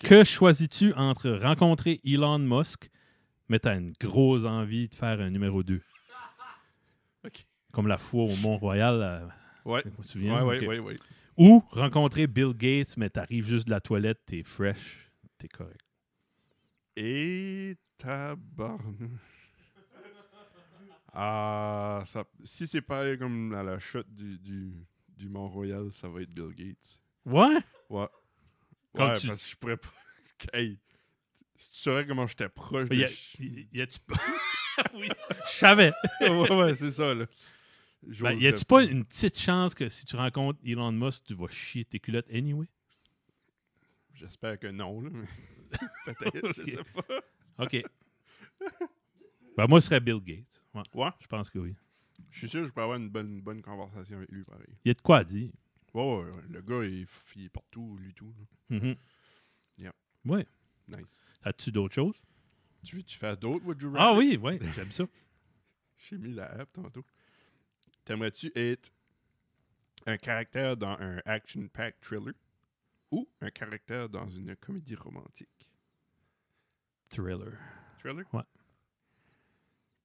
S2: Que choisis-tu entre rencontrer Elon Musk, mais t'as une grosse envie de faire un numéro 2?
S1: Ok.
S2: Comme la fois au Mont-Royal, euh,
S1: Ouais.
S2: je me
S1: Ouais,
S2: souviens.
S1: ouais,
S2: ok.
S1: ouais, ouais.
S2: Ou rencontrer Bill Gates, mais t'arrives juste de la toilette, t'es fresh, t'es correct.
S1: Et tabarnouche. Ah, ça... si c'est pareil comme à la chute du, du, du Mont-Royal, ça va être Bill Gates.
S2: Ouais?
S1: Ouais.
S2: Quand
S1: ouais,
S2: tu-
S1: parce que je pourrais pas. hey, si tu saurais comment j'étais proche de.
S2: Y a, y a-tu pas... oui, je savais.
S1: ouais, ouais, c'est ça, là.
S2: Ben,
S1: J'oserais
S2: y a-tu pas une petite chance que si tu rencontres Elon Musk, tu vas chier tes culottes anyway?
S1: J'espère que non, là. mais Peut-être,
S2: Ok.
S1: je sais pas.
S2: OK. ben, moi, ce serait Bill Gates. Ouais,
S1: Ouais.
S2: je pense que oui.
S1: Je suis sûr que je peux avoir une bonne, une bonne conversation avec lui, pareil.
S2: Il y a de quoi à dire.
S1: Ouais, ouais, ouais, le gars, il, f- il est partout, lui tout. là.
S2: Mhm.
S1: Yeah.
S2: Ouais.
S1: Nice.
S2: As-tu d'autres choses?
S1: Tu veux tu fais d'autres Would You
S2: Ah
S1: Rather?
S2: oui, oui, j'aime ça.
S1: J'ai mis la app tantôt. T'aimerais-tu être un caractère dans un action-packed thriller ou un caractère dans une comédie romantique?
S2: Thriller.
S1: Thriller?
S2: Ouais.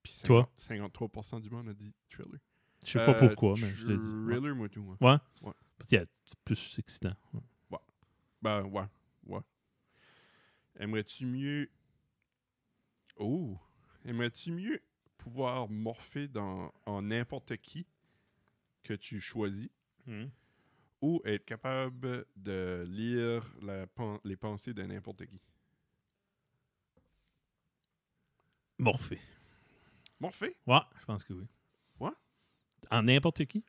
S1: Puis
S2: Toi?
S1: 50 53% du monde a dit thriller.
S2: Je sais pas
S1: Euh,
S2: pourquoi, mais je te dis. Ouais.
S1: Thriller, moi, tout, moi.
S2: Parce qu'il y a- C'est plus excitant. Ouais.
S1: Ben, ouais. Ouais. Aimerais-tu mieux. Oh! Aimerais-tu mieux pouvoir morpher dans, en n'importe qui que tu choisis ou être capable de lire la pen- les pensées de n'importe qui?
S2: Morphée.
S1: Morpher?
S2: Ouais, je pense que oui.
S1: Ouais?
S2: En n'importe qui?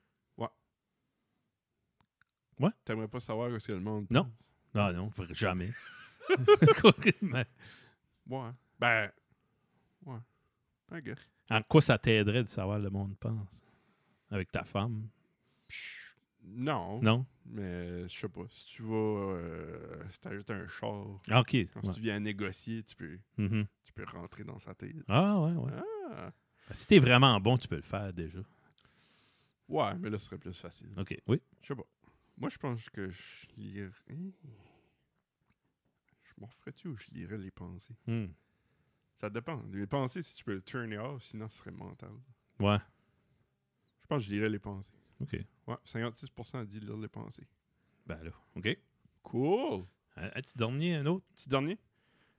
S1: T'aimerais pas savoir ce que le monde.
S2: Non.
S1: pense?
S2: Non, non, vra- jamais. Mais
S1: Ouais. hein. Ben. Ouais. I guess.
S2: en quoi ça t'aiderait de savoir le monde pense? Avec ta femme?
S1: Psh, Non.
S2: Non?
S1: Mais euh, je sais pas. Si tu vas. Euh, si t'ajoutes un char,
S2: Ah, ok. ouais.
S1: quand tu viens négocier, tu peux,
S2: Mhm.
S1: tu peux rentrer dans sa tête.
S2: Ah ouais, ouais.
S1: Ah.
S2: Ben, Si t'es vraiment bon, tu peux le faire déjà.
S1: Ouais, mais là, ce serait plus facile.
S2: OK. Oui.
S1: Je sais pas. Moi, je pense que je lirais. Je m'en ferais-tu ou je lirais les pensées?
S2: Hmm.
S1: Ça dépend. Les pensées, si tu peux le turner off, sinon, ce serait mental.
S2: Ouais.
S1: Je pense que je lirais les pensées.
S2: OK.
S1: Ouais, 56% a dit lire les pensées.
S2: Ben là. OK.
S1: Cool!
S2: Un un petit dernier, un autre?
S1: Petit dernier.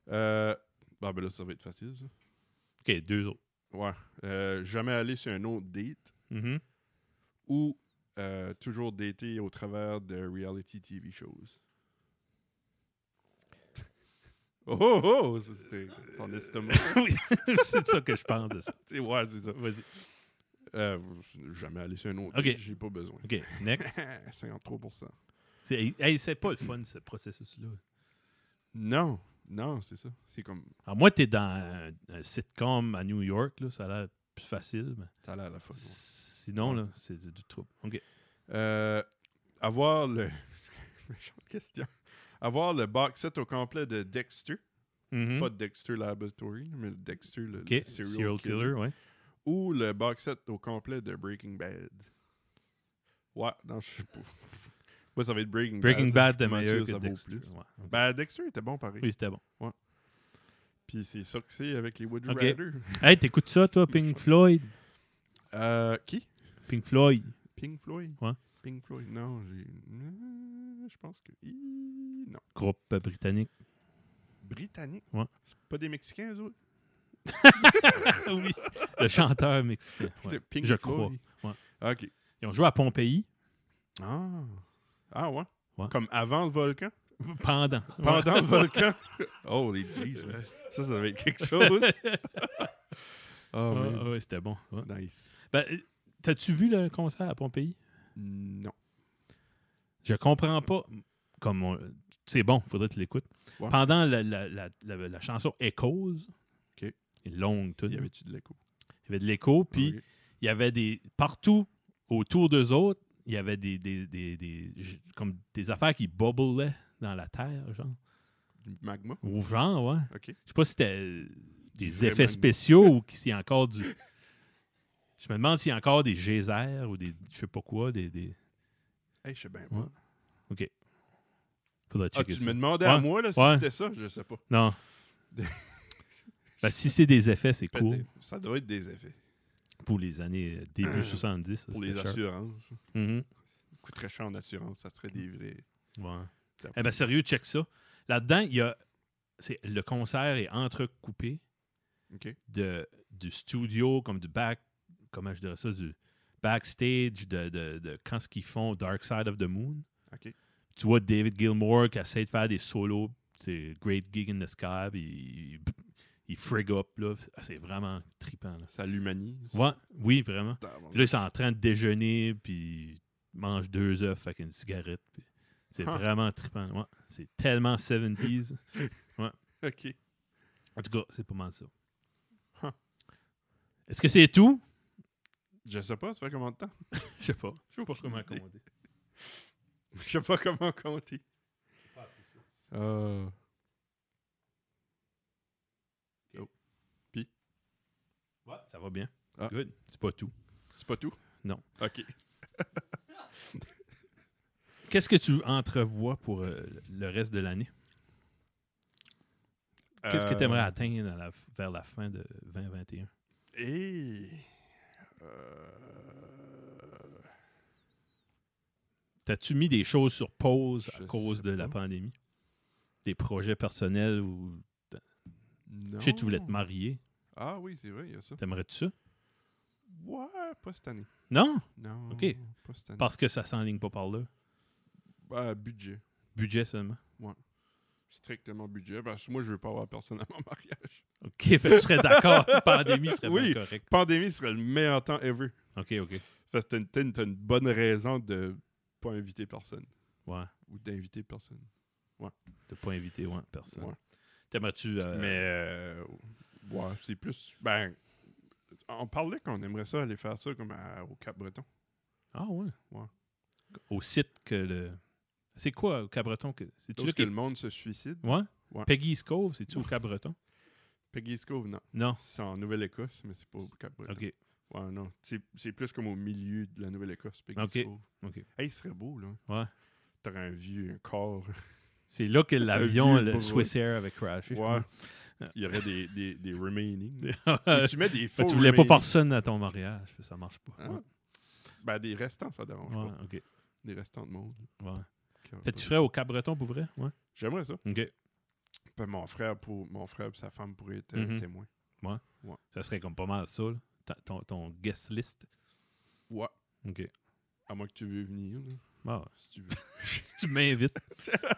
S1: Euh. Bah, ben là, ça va être facile, ça.
S2: OK, deux autres.
S1: Ouais. Euh, jamais aller sur un autre date
S2: Mhm.
S1: ou euh, toujours dater au travers de reality TV shows. Oh, oh, oh, ça, c'était ton estomac.
S2: Oui, c'est de ça que je pense de ça.
S1: Tu sais, ouais, c'est ça.
S2: Vas-y.
S1: Euh, jamais aller sur un autre
S2: Ok.
S1: date, j'ai pas besoin.
S2: OK, next.
S1: 53%.
S2: C'est, hey, c'est pas le fun, ce processus-là.
S1: Non, non, c'est ça. C'est comme.
S2: Alors, moi, t'es dans un, un sitcom à New York, là, ça a l'air plus facile. Mais
S1: Ça a l'air la folle. ouais.
S2: sinon, là, c'est du du trouble. OK.
S1: Euh, avoir le. Méchante question. Avoir le box set au complet de Dexter.
S2: Mhm.
S1: Pas Dexter Laboratory, mais le Dexter, le, le
S2: OK.
S1: serial,
S2: Serial
S1: killer.
S2: killer, ouais.
S1: Ou le box set au complet de Breaking Bad. Ouais, non, je sais pas. Moi, ça va être Breaking,
S2: Breaking Bad,
S1: Je
S2: est
S1: suis pas sûr
S2: meilleur
S1: ça
S2: que
S1: vaut
S2: Dexter.
S1: plus.
S2: ouais. OK.
S1: Ben, Dexter était bon pareil.
S2: Oui, c'était bon.
S1: Puis c'est ça que c'est avec les Would You
S2: Ok.
S1: Rather.
S2: Hey, t'écoutes ça, toi, Pink Floyd?
S1: Euh, qui
S2: Pink Floyd.
S1: Pink Floyd
S2: Ouais.
S1: Pink Floyd, non, j'ai. Euh, Je pense que. Hi, Non.
S2: Groupe euh, britannique.
S1: Britannique
S2: Ouais.
S1: C'est pas des Mexicains, eux autres
S2: oui. Le chanteur mexicain. ouais.
S1: C'est Pink
S2: je
S1: Floyd.
S2: crois,
S1: Ok.
S2: Ils ont joué à Pompéi
S1: Ah. Ah ouais.
S2: Ouais.
S1: Comme avant le volcan
S2: pendant.
S1: Pendant le volcan Oh, les filles, ça, ça va être quelque chose. oh,
S2: Ouais,
S1: man.
S2: ouais, c'était bon. ouais.
S1: Nice.
S2: Ben, euh, T'as-tu vu le concert à Pompéi?
S1: Non.
S2: Je comprends pas. Comme on- c'est bon, faudrait que tu l'écoutes.
S1: Ouais.
S2: Pendant la, la- la- la- la chanson Echoes,
S1: Ok.
S2: une longue tune,
S1: Y
S2: il y avait,
S1: avait-tu de l'écho Ah,
S2: de l'écho, puis
S1: Ok.
S2: il y avait des partout autour d'eux autres, il y avait des, des, des- des- j- comme des affaires qui bubblaient dans la terre, genre.
S1: Du magma
S2: Ou genre, ouais.
S1: Ok.
S2: Je sais pas si c'était euh, des
S1: Du vrai
S2: effets
S1: magma.
S2: spéciaux ou s'il y a encore du. Je me demande s'il y a encore des geysers ou des. Je sais pas quoi, des. des...
S1: Hey, je sais bien.
S2: Ouais.
S1: pas.
S2: Faudrait
S1: Ah,
S2: checker
S1: tu
S2: ça.
S1: me demandais à
S2: Ouais.
S1: moi là, si
S2: Ouais.
S1: c'était ça Je sais pas.
S2: Non. Ben, si c'est des effets, c'est
S1: Peut-être.
S2: cool.
S1: Ça doit être des effets.
S2: Pour les années euh, début 70. ça,
S1: Pour
S2: c'était
S1: les
S2: cher.
S1: assurances. Ça
S2: Mhm.
S1: coûterait cher en assurance. Ça serait des vrais.
S2: Ouais. Eh ben sérieux, check ça. Là-dedans, il y a. c'est- Le concert est entrecoupé
S1: OK.
S2: de, du studio, comme du back. Comment je dirais ça? Du backstage, de, de, de quand ce qu'ils font Dark Side of the Moon.
S1: OK.
S2: Tu vois David Gilmour qui essaie de faire des solos. C'est Great Gig in the Sky. Puis il, il frig up. là. Ah, C'est vraiment trippant. là.
S1: Ça l'humanise.
S2: Ouais, oui, vraiment.
S1: Putain, bon.
S2: Puis là, ils sont en train de déjeuner, puis ils mangent deux œufs avec une cigarette. puis c'est
S1: Huh.
S2: vraiment trippant. Ouais, c'est tellement 70s.
S1: OK.
S2: En tout cas, c'est pas mal ça.
S1: Huh.
S2: Est-ce que c'est tout?
S1: Je sais pas, ça fait combien de temps?
S2: Je sais pas.
S1: Je sais pas
S2: Comment commander?
S1: Je sais pas comment compter. Euh.
S2: Ouais, ça va bien.
S1: Ah.
S2: Good. C'est pas tout.
S1: C'est pas tout?
S2: Non.
S1: OK.
S2: Qu'est-ce que tu entrevois pour euh, le reste de l'année? Qu'est-ce que
S1: Euh,
S2: tu aimerais atteindre à la- vers la fin de 2021?
S1: Et... euh,
S2: T'as-tu mis des choses sur pause
S1: Je
S2: à cause
S1: sais
S2: de la
S1: pas.
S2: pandémie? Des projets personnels ou.
S1: Non.
S2: Je sais que tu voulais te marier.
S1: Ah oui, c'est vrai, il y a ça.
S2: T'aimerais-tu ça?
S1: Ouais, pas cette année.
S2: Non,
S1: Non,
S2: OK.
S1: pas cette année.
S2: parce que ça s'enligne pas par là.
S1: Bah, budget.
S2: Budget seulement.
S1: Strictement budget. Parce que moi, je veux pas avoir personne à mon mariage.
S2: OK, fait que tu serais d'accord. pandémie serait
S1: Oui.
S2: bien correct.
S1: Pandémie serait le meilleur temps ever.
S2: OK, OK.
S1: Parce que t'as une- t'as une, t'as une bonne raison de pas inviter personne.
S2: Ouais.
S1: Ou d'inviter personne.
S2: T'as pas invité ouais, personne.
S1: Ouais.
S2: T'aimerais-tu. euh,
S1: Mais, euh, ouais, c'est plus. Ben, on parlait qu'on aimerait ça aller faire ça comme à- au Cap-Breton.
S2: Ah, ouais.
S1: Ouais.
S2: Au site que le. C'est quoi au Cabreton? Que... C'est-tu
S1: Tout
S2: là
S1: que
S2: qu'il-
S1: le monde se suicide.
S2: Ouais?
S1: Ouais.
S2: Peggy Scove, c'est-tu au Cabreton?
S1: Peggy's Cove, non.
S2: Non.
S1: C'est en Nouvelle-Écosse, mais c'est pas au Cap-Breton.
S2: OK.
S1: Ouais, non. C'est c'est plus comme au milieu de la Nouvelle-Écosse, Peggy's
S2: Ok.
S1: Cove.
S2: OK.
S1: Hey, il serait beau, là.
S2: Ouais.
S1: T'aurais un vieux un corps.
S2: C'est là que l'avion,
S1: vieux
S2: le
S1: pauvre-
S2: Swiss Air, avait crashé.
S1: Ouais. Il y aurait des, des, des remaining. Mais
S2: Mais
S1: tu mets des faux.
S2: tu voulais pas
S1: remaining.
S2: personne à ton mariage. Ça marche pas.
S1: Hein?
S2: Ouais.
S1: Ben, des restants, ça dérange
S2: Ouais,
S1: pas.
S2: OK.
S1: Des restants de monde.
S2: Ouais.
S1: qui auraient pas-
S2: Fait que tu ferais au Cabreton pour vrai? Ouais.
S1: J'aimerais ça.
S2: OK.
S1: Ben, mon frère pour mon frère et sa femme pourraient être
S2: Mhm.
S1: euh, témoins.
S2: Ça serait comme pas mal ça, là. Ta- Ton, ton guest list.
S1: Ouais.
S2: OK.
S1: À moins que tu veux venir, là, si tu veux.
S2: si Ah, tu m'invites.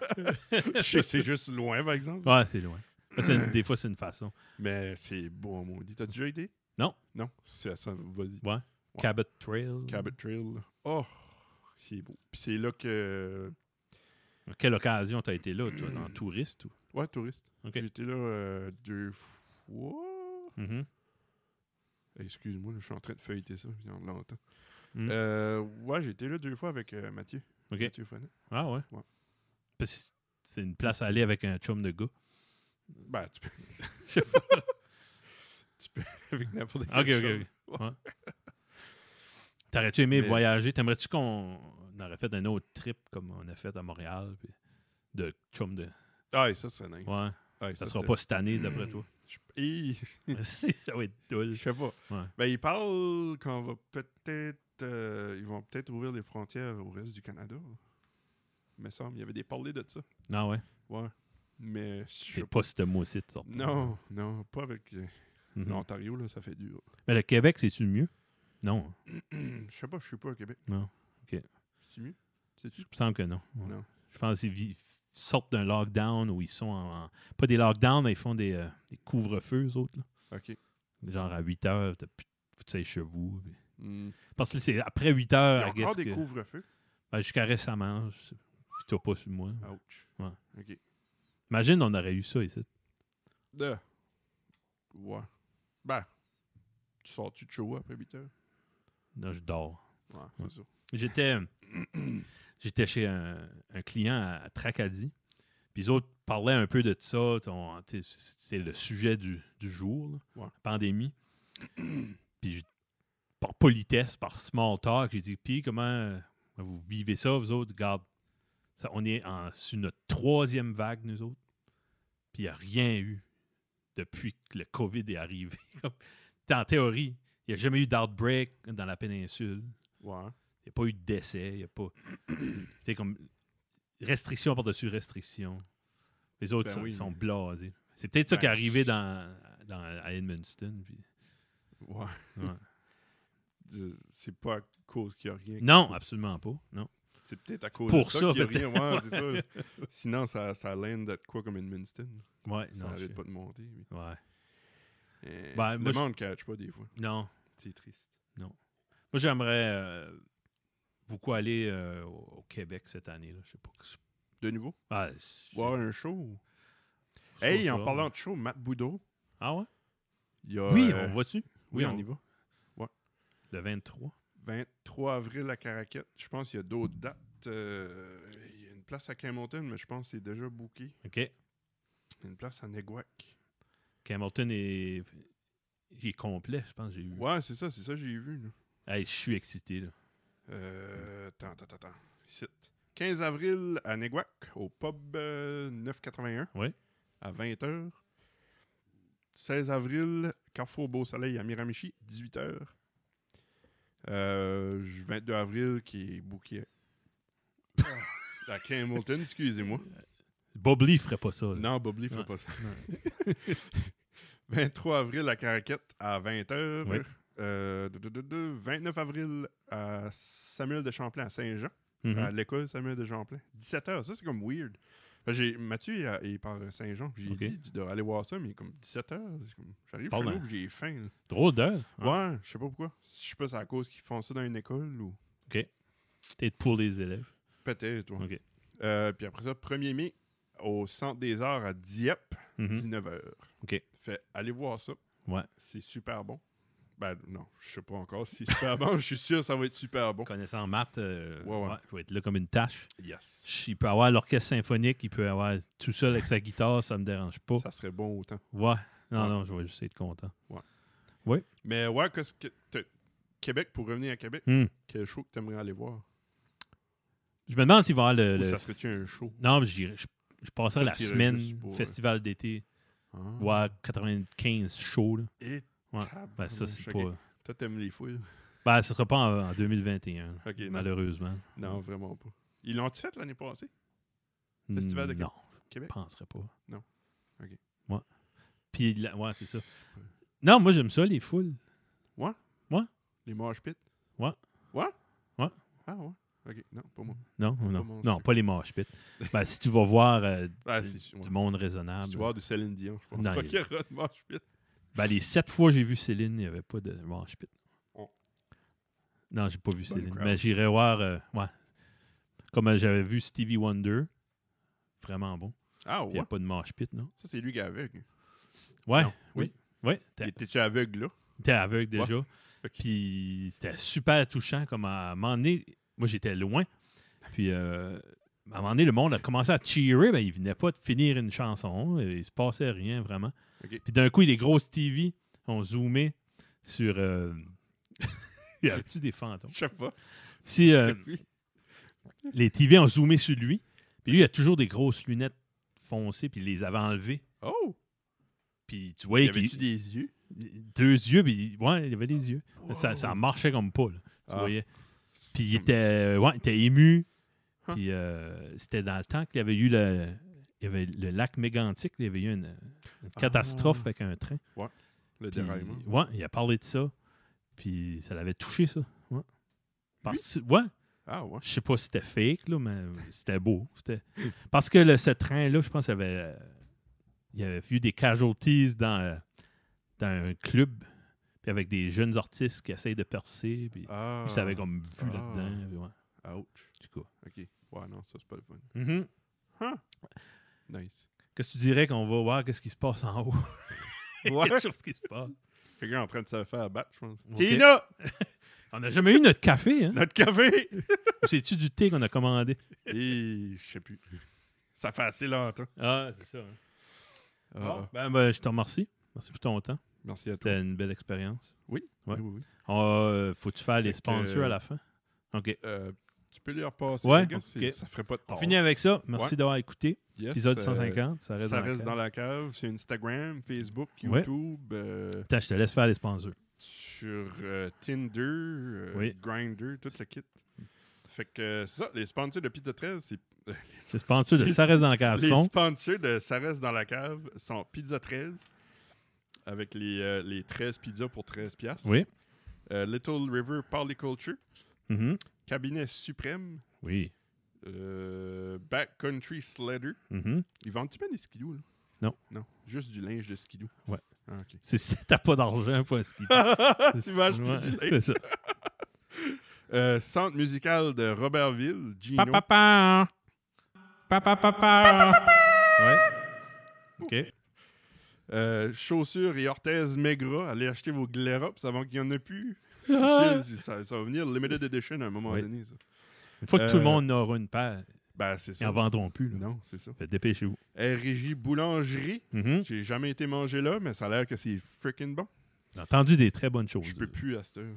S1: Je sais, c'est juste loin, par exemple.
S2: Ouais, c'est loin. Ça, c'est une- des fois, c'est une façon.
S1: Mais c'est beau, mon dit. T'as déjà été?
S2: Non.
S1: Non, c'est ça. Vas-y.
S2: Ouais.
S1: Ouais.
S2: Cabot Trail.
S1: Cabot Trail. là. Oh, c'est beau. Puis c'est là que
S2: À quelle occasion t'as été là, toi, dans Touriste ou?
S1: Ouais, touriste.
S2: OK.
S1: J'étais là euh, deux fois.
S2: Mhm.
S1: Excuse-moi, là, je suis en train de feuilleter ça, il y a longtemps.
S2: Mm.
S1: Euh, ouais, j'ai été là deux fois avec euh, Mathieu.
S2: Ok.
S1: Mathieu Fonet.
S2: Ah ouais?
S1: Ouais.
S2: Parce que c'est une place à aller avec un chum de gars.
S1: Ben, tu peux.
S2: Je sais pas.
S1: Tu peux avec n'importe
S2: Ok,
S1: quel
S2: ok,
S1: chose.
S2: ok. Ouais. T'aurais-tu aimé
S1: Mais-
S2: voyager? T'aimerais-tu qu'on on aurait fait un autre trip comme on a fait à Montréal? puis de chum de.
S1: Ah, et ça, c'est nice.
S2: Ouais.
S1: Ah, et
S2: Ça sera
S1: c'était-
S2: pas cette année, d'après toi.
S1: Je Hi,
S2: Si, ça va être
S1: je
S2: doule.
S1: sais pas.
S2: Ouais.
S1: Ben, ils parlent qu'on va peut-être. euh, ils vont peut-être ouvrir les frontières au reste du Canada. Me semble. Il y avait des parlés de ça.
S2: Non, ouais.
S1: Ouais. Mais. je sais
S2: C'est pas ce mois-ci de sorte.
S1: Non, non, pas avec euh,
S2: Mhm.
S1: l'Ontario, là, ça fait dur.
S2: Mais le Québec, c'est-tu mieux? Non.
S1: je sais pas, je suis pas au Québec.
S2: Non, ok.
S1: C'est mieux? C'est-tu?
S2: Il me semble que non. Ouais.
S1: Non.
S2: Je pense qu'ils vi- sortent d'un lockdown où ils sont en, en- Pas des lockdowns, mais ils font des, euh, des couvre-feux, eux autres. là.
S1: Ok.
S2: Genre à 8 heures, t'as plus faut que tu ailles chez vous. puis-
S1: Mm.
S2: Parce que c'est après 8
S1: Il y
S2: heures,
S1: a
S2: Ah, I guess
S1: encore des
S2: que-
S1: couvre-feux.
S2: Ben, Jusqu'à récemment, je sais- je sais pas sur moi.
S1: Ouch.
S2: Ouais.
S1: Ok.
S2: Imagine, on aurait eu ça ici.
S1: De. Ouais. Ben, tu sors-tu de chez vous après 8 heures?
S2: Non, je dors.
S1: Ouais,
S2: Ouais.
S1: c'est ça.
S2: J'étais j'étais chez un, un client à, à Tracadie. Puis les autres parlaient un peu de ça. ton- tu sais, C'est c'est le sujet du, du jour, là,
S1: Ouais.
S2: la pandémie. Puis je- par politesse, par small talk, j'ai dit Puis comment euh, vous vivez ça, vous autres Garde, ça, on est en, sur notre troisième vague, nous autres. Puis il n'y a rien eu depuis que le COVID est arrivé. Comme, t'sais, en théorie, il n'y a jamais eu d'outbreak dans la péninsule.
S1: Ouais.
S2: Il n'y a pas eu de décès. Il n'y a pas. c'est comme. Restriction par-dessus restriction. Les autres
S1: Ben
S2: sont,
S1: oui,
S2: sont
S1: mais-
S2: blasés. C'est peut-être ça
S1: Ben,
S2: qui est arrivé
S1: je-
S2: dans, dans, à Edmundston. puis-
S1: Ouais.
S2: ouais.
S1: Euh, C'est pas à cause qu'il y a rien.
S2: Non, absolument pas. Non.
S1: C'est peut-être à cause
S2: pour
S1: de
S2: ça,
S1: ça, qu'il y a rien.
S2: peut-être.
S1: Ouais, c'est ça. Sinon, ça, ça linde d'être quoi comme Edmundston? Ça
S2: Ouais, Ben, non. je-
S1: arrête pas de monter. oui.
S2: ouais.
S1: Euh,
S2: Ben, moi,
S1: le
S2: je-
S1: monde catch pas des fois.
S2: Non.
S1: C'est triste.
S2: Moi, j'aimerais euh, beaucoup aller euh, au au Québec cette année. là. Je sais pas.
S1: De nouveau?
S2: Ah, c'est-
S1: Voir un show.
S2: ça,
S1: Hey, en
S2: ça.
S1: parlant de show, Matt Boudreau.
S2: Ah ouais?
S1: il y a,
S2: oui,
S1: euh,
S2: on va-tu?
S1: oui, on
S2: on-
S1: y va.
S2: Le 23.
S1: 23 avril à Caraquette. Je pense qu'il y a d'autres dates. Euh, il y a une place à Camonton, mais je pense que c'est déjà booké.
S2: OK.
S1: Une place à Neguac.
S2: Hamilton est. Il est complet, je pense. que J'ai eu.
S1: Ouais, c'est ça, c'est ça que j'ai vu. là.
S2: Hey, je suis excité, là.
S1: Euh, attends, attends, attends, attends. Ici. 15 avril à Neguac, au pub euh, 981.
S2: Ouais.
S1: À 20h. 16 avril, Carrefour Beau Soleil à Miramichi, 18h. 22 avril, qui est booké à- à Camelton, excusez-moi.
S2: Bob Lee ferait pas ça. là.
S1: Non, Bob Lee fait
S2: Ouais.
S1: pas ça. 23 avril à Caraquette à Euh, 20h.
S2: Oui.
S1: 29 avril à Samuel de Champlain à Saint-Jean,
S2: Mhm.
S1: à l'école Samuel de Champlain. 17h, ça c'est comme weird. Fait que j'ai- Mathieu, il, a- il part à Saint-Jean, puis j'ai
S2: Ok.
S1: dit, tu dois aller voir ça, mais comme 17h, j'arrive chez
S2: Pardon.
S1: nous, puis j'ai faim. là.
S2: Drôle d'heure. hein.
S1: Ouais, je sais pas pourquoi. Je sais pas si c'est à cause qu'ils font ça dans une école ou...
S2: Peut-être pour les élèves.
S1: Peut-être, ouais.
S2: Ok.
S1: Euh, puis après ça, 1er mai, au Centre des Arts à Dieppe,
S2: Mhm.
S1: 19h.
S2: OK.
S1: Fait, allez voir ça.
S2: Ouais.
S1: C'est super bon. Ben non, je sais pas encore si c'est super bon. Je suis sûr que ça va être super bon.
S2: Connaissant maths, euh,
S1: Ouais, ouais.
S2: ouais, je vais être là comme une tâche.
S1: Yes.
S2: Il peut avoir l'orchestre symphonique, il peut avoir tout seul avec sa guitare, ça me dérange pas.
S1: Ça serait bon autant.
S2: Ouais. Non,
S1: Ouais.
S2: non, je vais juste être content.
S1: Mais ouais, qu'est-ce que t'as- Québec, pour revenir à Québec,
S2: Hmm.
S1: quel show que t'aimerais aller voir?
S2: Je me demande s'il va y avoir le.
S1: Ou
S2: Euh,
S1: ça
S2: le-
S1: serait-tu un show?
S2: Non, mais j'irai- je, je passerai la
S1: T'irais
S2: semaine
S1: juste pour, euh,
S2: festival d'été,
S1: Ah.
S2: voir 95 shows. Là.
S1: Et
S2: Ouais.
S1: tabarnouche,
S2: Ben, ça, c'est
S1: ok.
S2: pas.
S1: Toi, t'aimes les fouilles?
S2: Ben, ce sera pas en, en 2021, là,
S1: Ok, non.
S2: malheureusement.
S1: Non, vraiment pas. Ils l'ont-tu fait l'année passée? Festival de
S2: Non, je
S1: Québec?
S2: penserais pas.
S1: Non. OK.
S2: Ouais. Puis, la- ouais, c'est ça. Non, moi, j'aime ça, les foules.
S1: Les Marsh Pits?
S2: Ouais.
S1: Ouais?
S2: Ouais. Mm.
S1: Ah ouais? Ok, non, pas moi.
S2: Non, non,
S1: mon
S2: non,
S1: truc.
S2: pas les moches pits. ben, si tu vas voir euh,
S1: Ah,
S2: du,
S1: c'est sûr,
S2: du
S1: ouais.
S2: monde
S1: Si
S2: raisonnable.
S1: tu vois de Céline Dion, je pense
S2: Non,
S1: pas
S2: il-
S1: qu'il y aura de Marsh Pits.
S2: Ben, les sept fois que j'ai vu Céline, il n'y avait pas de moche pit.
S1: Oh.
S2: Non, j'ai pas vu
S1: Bonne
S2: Céline.
S1: crowd.
S2: Mais j'irai voir, euh, ouais. Comme euh, j'avais vu Stevie Wonder, vraiment bon.
S1: Ah
S2: Puis Il
S1: ouais.
S2: n'y a pas de mosh pit, non?
S1: Ça, c'est lui qui est aveugle.
S2: Ouais,
S1: Non,
S2: oui. Oui, t'es-
S1: Il Était-tu aveugle là?
S2: t'es aveugle
S1: Ouais.
S2: déjà.
S1: Ok.
S2: Puis c'était super touchant comme à un moment donné, moi j'étais loin. Puis euh, à un moment donné, le monde a commencé à cheerer, mais il venait pas de finir une chanson. Il se passait rien vraiment.
S1: Ok.
S2: Puis d'un coup, les grosses TV ont zoomé sur. euh, y a-tu des fantômes?
S1: Je sais pas.
S2: Si euh,
S1: Oui.
S2: les TV ont zoomé sur lui, puis lui, il a toujours des grosses lunettes foncées, puis il les avait enlevées.
S1: Oh!
S2: Puis tu
S1: Y
S2: voyais qu'il
S1: avait-tu des yeux?
S2: deux yeux, puis ouais, il avait des yeux. Ça,
S1: Wow.
S2: ça marchait comme pas, là. tu
S1: Ah.
S2: voyais. Puis
S1: Hmm.
S2: il était, euh, ouais, il était ému. Puis euh, c'était dans le temps qu'il y avait eu le, il y avait le lac mégantique, il y avait eu une, une
S1: Ah.
S2: catastrophe avec un train.
S1: Le
S2: Puis,
S1: déraillement.
S2: ouais, il a parlé de ça. Puis ça l'avait touché, ça. Ouais. Parce, ouais,
S1: Ah ouais.
S2: je sais pas si c'était fake, là, mais c'était beau. C'était- Parce que le- ce train-là, je pense qu'il y avait, euh, il y avait eu des casualties dans, euh, dans un club, puis avec des jeunes artistes qui essayent de percer. Puis
S1: Ah.
S2: lui, ça avait comme vu
S1: Ah.
S2: là-dedans. puis ouais,
S1: Ouch.
S2: du coup.
S1: Ok. Ouais, non, ça, c'est pas le fun.
S2: Mhm.
S1: Nice.
S2: Qu'est-ce que tu dirais qu'on va voir qu'est-ce qui se passe en haut?
S1: Ouais.
S2: Quelque chose qui se passe.
S1: Quelqu'un est en train de se faire abattre, je pense.
S2: Ok.
S1: Tina!
S2: On n'a jamais eu notre café, hein?
S1: Notre café!
S2: Ou C'est-tu du thé qu'on a commandé?
S1: Et je sais plus. Ça fait assez longtemps.
S2: Ah, c'est ça.
S1: Ah,
S2: Bon, ben, ben, je te remercie. Merci pour ton temps.
S1: merci à toi.
S2: C'était une belle expérience. ouais.
S1: Oui, oui, oui.
S2: Ah, Faut-tu faire les
S1: Fait que-
S2: sponsors à la fin? OK.
S1: Euh, tu peux lui repasser,
S2: Ouais,
S1: les gars, c'est-
S2: ok.
S1: ça ferait pas de
S2: On
S1: tort.
S2: finit avec ça. Merci
S1: Ouais.
S2: d'avoir écouté.
S1: Yes,
S2: Épisode
S1: euh,
S2: 150. Ça reste
S1: ça
S2: dans la
S1: reste
S2: cave.
S1: dans la cave. C'est Instagram, Facebook,
S2: Ouais.
S1: YouTube, euh,
S2: Attends, je te laisse faire les sponsors.
S1: sur euh, Tinder, euh,
S2: Oui.
S1: Grindr, tout le kit. Fait que euh, c'est ça, les sponsors de Pizza 13, c'est
S2: Les sponsors de Ça reste dans la cave
S1: Les
S2: sont.
S1: sponsors de Ça reste dans la cave sont Pizza 13, avec les, euh, les 13 pizzas pour 13 piastres.
S2: Oui.
S1: Euh, Little River Polyculture,
S2: Mhm.
S1: Cabinet Suprême,
S2: Oui.
S1: euh, Backcountry Sledder.
S2: Mhm.
S1: Ils vendent-tu bien des skidoo, là?
S2: Non.
S1: Non, juste du linge de skidoo.
S2: Ouais.
S1: Ah, ok.
S2: C'est si t'as pas d'argent pour ce qui.
S1: tu vas acheter
S2: Ouais,
S1: du
S2: c'est
S1: linge.
S2: ça.
S1: Euh, centre musical de Robertville, Gino.
S2: Papa, papa. Papa, papa. Ouais. OK.
S1: Euh, chaussures et orthèses Megra. Allez acheter vos Glerops avant qu'il n'y en ait plus.
S2: Ah.
S1: ça, ça va venir limited edition à un moment
S2: Oui.
S1: donné, ça.
S2: Une fois que tout le
S1: Euh,
S2: monde aura une paire,
S1: Ben, c'est
S2: ils
S1: ça.
S2: en vendront plus. là.
S1: Non, c'est ça.
S2: Fait, Dépêchez-vous.
S1: Eh, Régie Boulangerie.
S2: Mhm.
S1: J'ai jamais été mangé là, mais ça a l'air que c'est freaking bon.
S2: J'ai entendu des très bonnes choses.
S1: Je peux plus à cette heure.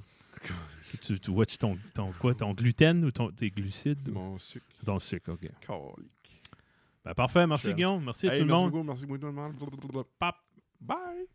S2: Tu, tu watches ton, ton, quoi, ton gluten ou ton, tes glucides? ou-
S1: Mon sucre.
S2: Ton sucre, OK.
S1: Calique.
S2: Ben, parfait. Merci,
S1: Cher.
S2: Guillaume. Merci à
S1: Hey,
S2: tout le
S1: merci
S2: monde.
S1: beaucoup, merci beaucoup tout le monde. Pap. Bye.